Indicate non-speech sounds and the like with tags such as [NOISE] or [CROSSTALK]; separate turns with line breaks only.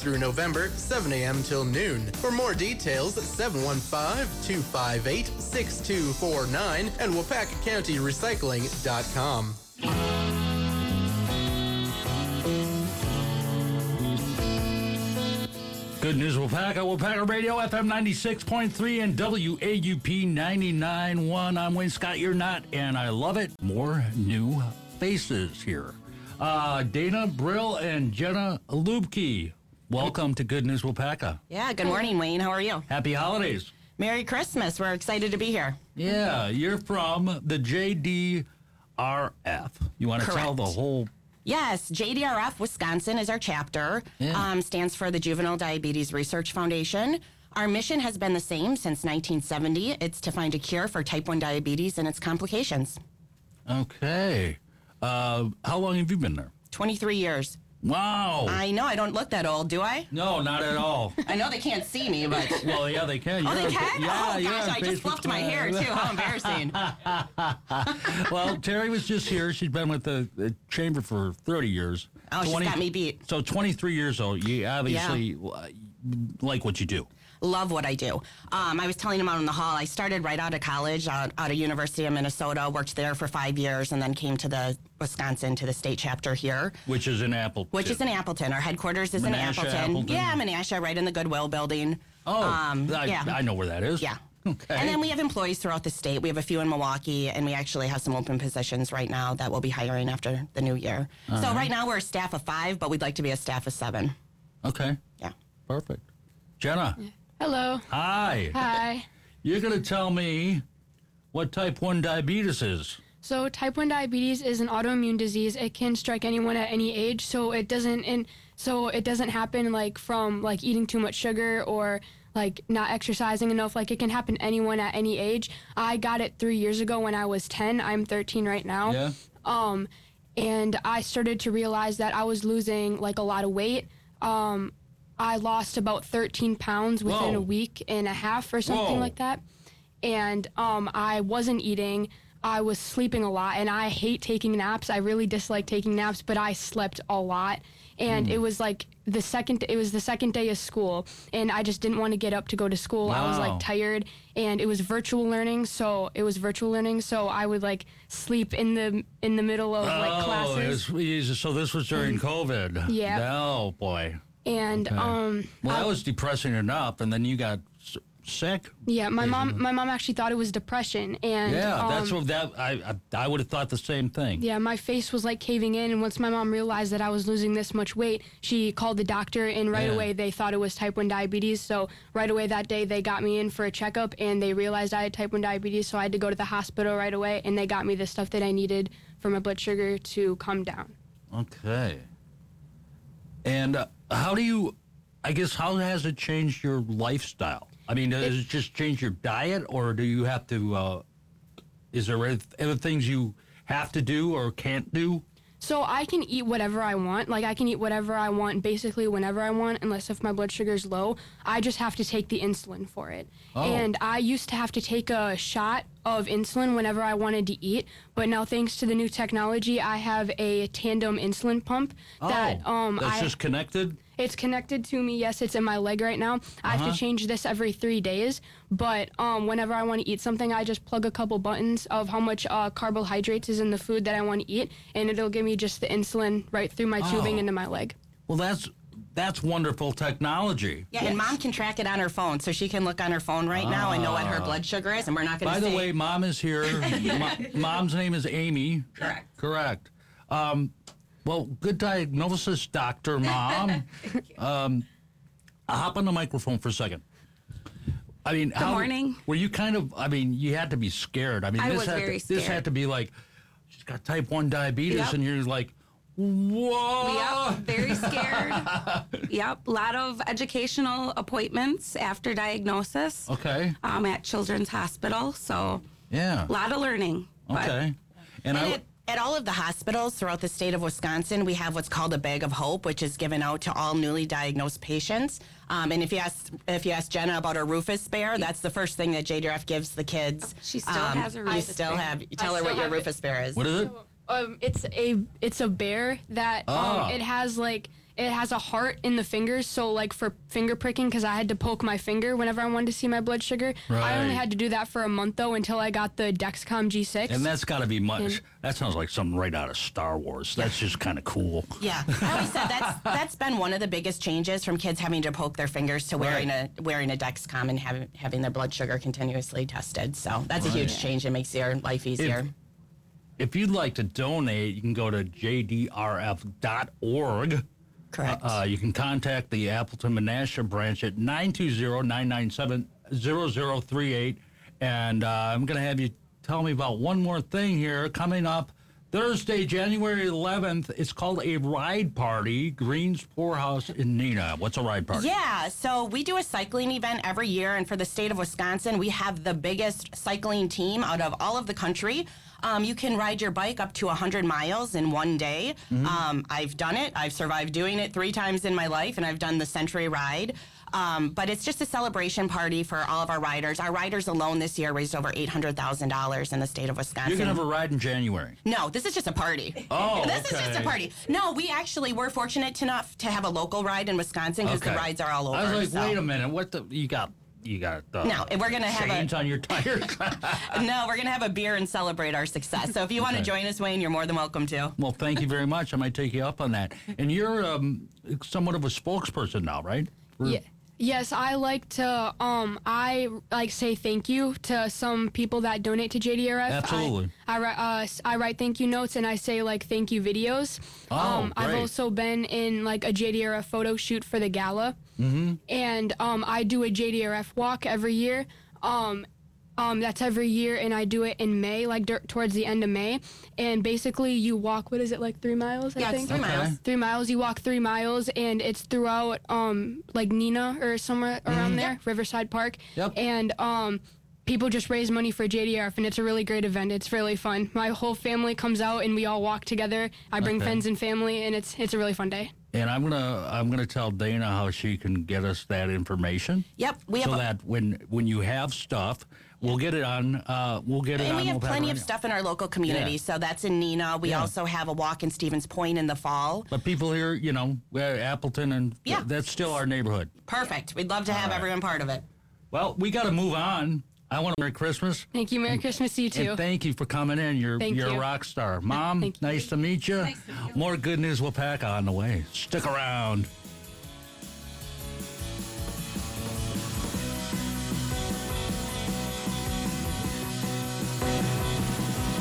through November, 7 a.m. till noon. For more details, 715-258-6249 and WapakaCountyRecycling.com.
Good news, Wapaka. Wapaka Radio, FM 96.3 and WAUP 99.1. I'm Wayne Scott, you're not, and I love it. More new faces here. Uh, Dana Brill and Jenna Lubke, welcome to Good News, Wapaka.
Yeah, good morning, Wayne. How are you?
Happy holidays.
Merry Christmas. We're excited to be here.
Yeah, you're from the JDRF. You want to tell
Correct.
the whole
Yes, JDRF Wisconsin is our chapter,
Yeah.
um, stands for the Juvenile Diabetes Research Foundation. Our mission has been the same since 1970 it's to find a cure for type 1 diabetes and its complications.
Okay. Uh, how long have you been there?
23 years.
Wow.
I know I don't look that old, do I?
no, not at all.
I know they can't see
[LAUGHS]
me, but.
well, yeah, they can.
Oh,
You're
they
on fa-
can?
Yeah,
oh,
you're
gosh,
on
I just
Facebook
fluffed my hair,
Live.
too.
[LAUGHS]
How embarrassing.
well, Terry was just here. She's been with the, the chamber for 30 years.
Oh, she's got me beat.
So 23 years old, you obviously uh, like what you do.
love what I do. Um, I was telling him out in the hall, I started right out of college, out, out of University of Minnesota, worked there for five years, and then came to the Wisconsin to the state chapter here.
Which is an apple.
Which
too.
is in Appleton. Our headquarters is
Menasha,
in Appleton.
Appleton.
Yeah, Menasha, right in the Goodwill building.
Oh,
Um,
I,
yeah.
I know where that is.
yeah.
Okay.
And then we have employees throughout the state. We have a few in Milwaukee, and we actually have some open positions right now that we'll be hiring after the new year.
Uh-huh.
So right now we're a staff of five, but we'd like to be a staff of seven.
Okay.
Yeah.
Perfect. Jenna,
Hello.
hi.
Hi.
You're going to tell me what type 1 diabetes is.
So, type 1 diabetes is an autoimmune disease. It can strike anyone at any age, so it doesn't and so it doesn't happen like from like eating too much sugar or like not exercising enough. Like it can happen to anyone at any age. I got it 3 years ago when I was 10. I'm 13 right now.
Yeah?
Um and I started to realize that I was losing like a lot of weight. Um I lost about 13 pounds within
Whoa.
a week and a half or something
Whoa.
like that. and um, I wasn't eating. I was sleeping a lot, and I hate taking naps. I really dislike taking naps, but I slept a lot, and
Hmm.
it was like the second. It was the second day of school, and I just didn't want to get up to go to school. I was
Wow.
like tired, and it was virtual learning, so it was virtual learning. So I would like sleep in the in the middle of like
oh,
classes, Mm-hmm.
it's- so this was during COVID.
Yeah.
Oh, boy.
and um,
Well, that was depressing enough, and then you got s- sick.
yeah, my mom my mom actually thought it was depression, and
Yeah,
um,
that's what that I I, I would have thought the same thing.
Yeah, my face was like caving in, and once my mom realized that I was losing this much weight, she called the doctor, and right
Yeah.
away they thought it was type 1 diabetes. So, right away that day, they got me in for a checkup, and they realized I had type 1 diabetes, so I had to go to the hospital right away, and they got me the stuff that I needed for my blood sugar to come down.
Okay. And uh, how do you? I guess how has it changed your lifestyle? I mean, does it, just change your diet, or do you have to? Uh, is there oth- other things you have to do or can't do?
So I can eat whatever I want. Like I can eat whatever I want basically whenever I want unless if my blood sugar's low, I just have to take the insulin for it.
Oh.
And I used to have to take a shot of insulin whenever I wanted to eat, but now thanks to the new technology, I have a tandem insulin pump that
oh,
um
that's
I
just connected.
it's connected to me. Yes, it's in my leg right now. I
Uh-huh.
have to change this every three days. But um, whenever I want to eat something, I just plug a couple buttons of how much uh, carbohydrates is in the food that I want to eat, and it'll give me just the insulin right through my
Oh.
tubing into my leg.
Well, that's that's wonderful technology.
Yeah, and mom can track it on her phone, so she can look on her phone right now and know what her blood sugar is, and we're not going
Ah. By
to.
the way, mom is here.
[LAUGHS]
Mo- Mom's name is Amy.
Correct.
Correct. Um, well, good diagnosis,
[LAUGHS]
Dr. Mom. Um, hop on the microphone for a second. I mean, good
morning.
Were you kind of, I mean, you had to be scared. I mean,
I
this,
was
had
very
to, this had
scared.
to be like, she's got type 1 diabetes,
Yep.
and you're like, whoa.
Yep, very
[LAUGHS]
scared. yep, a lot of educational appointments after diagnosis
Okay.
um, at Children's Hospital. So,
Yeah.
a lot of learning. but-
Okay. And
And
I,
at, at all of the hospitals throughout the state of Wisconsin, we have what's called a bag of hope, which is given out to all newly diagnosed patients. Um, and if you ask if you ask Jenna about her Rufus bear, that's the first thing that JDRF gives the kids. Um,
She still has her Rufus
You still
bear.
have. You tell her
still
what your
have it.
Rufus bear is.
what is it?
Um, it's a it's a bear that
Ah.
um, it has like it has a heart in the fingers. So like for finger pricking, because I had to poke my finger whenever I wanted to see my blood sugar. I
Right.
only had to do that for a month though until I got the Dexcom G6.
And that's got to be much. That sounds like something right out of Star Wars. That's just kind of cool.
[LAUGHS] Yeah, I always said that's that's been one of the biggest changes from kids having to poke their fingers to wearing
Right.
a wearing a Dexcom and having having their blood sugar continuously tested. So that's a huge change. It makes their life easier.
If you'd like to donate, you can go to jdrf.org.
Correct.
Uh, you can contact the Appleton Menasha branch at 920-997-0038. And uh, I'm going to have you tell me about one more thing here coming up. Thursday, January 11th, it's called a ride party, Green's Poorhouse in Nina. What's a ride party?
Yeah, so we do a cycling event every year, and for the state of Wisconsin, we have the biggest cycling team out of all of the country. Um, you can ride your bike up to 100 miles in one day. Um, I've done it. I've survived doing it three times in my life, and I've done the Century Ride. Um, but it's just a celebration party for all of our riders. Our riders alone this year raised over $800,000 in the state of Wisconsin.
You're going to have a ride in January.
No, this is just a party.
Oh,
this is just
okay.
a party. No, we actually were fortunate enough to have a local ride in Wisconsin because the rides are all over.
I was like,
so.
wait a minute, what the? You got, you got. Uh,
No, we're gonna have a-
chains on your tires. [LAUGHS]
No, we're gonna have a beer and celebrate our success. So if you want to join us, Wayne, you're more than welcome to.
well, thank you very much. I might take you up on that. And you're um, somewhat of a spokesperson now, right? For-
Ye- Yes, I like to um I like say thank you to some people that donate to JDRF.
Absolutely.
I, I write uh, s- I write thank you notes and I say like thank you videos.
Oh,
um I've
great.
also been in like a JDRF photo shoot for the gala. Mm-hmm. And um I do a JDRF walk every year. Um um, that's every year, and I do it in May, like dur- towards the end of May. And basically, you walk. What is it like? Three miles, I
Yeah,
think
it's three miles.
three miles. You walk three miles, and it's throughout um like Nina or somewhere around there, Riverside Park.
Mm-hmm. Yep.
And um, people just raise money for JDRF, and it's a really great event. It's really fun. My whole family comes out, and we all walk together. I bring
Okay.
friends and family, and it's it's a really fun day.
And I'm gonna I'm gonna tell Dana how she can get us that information.
Yep, we have
so
a-
that when when you have stuff, we'll get it on. Uh, we'll get it
And
on.
we have
Moped
plenty of
Radio.
stuff in our local community.
Yeah.
So that's in Nina. We
Yeah.
also have a walk in Stevens Point in the fall.
But people here, you know, uh, Appleton and
Yeah.
that's still our neighborhood.
Perfect. We'd love to have everyone part of it.
Well, we got to move on. I want to Merry Christmas.
Thank you. Merry Christmas to you too.
And thank you for coming in. You're
Thank
you're a
you.
rock star. Mom,
Thank you.
nice to meet you.
Nice to meet you.
More good news Wapaka on the way. Stick around.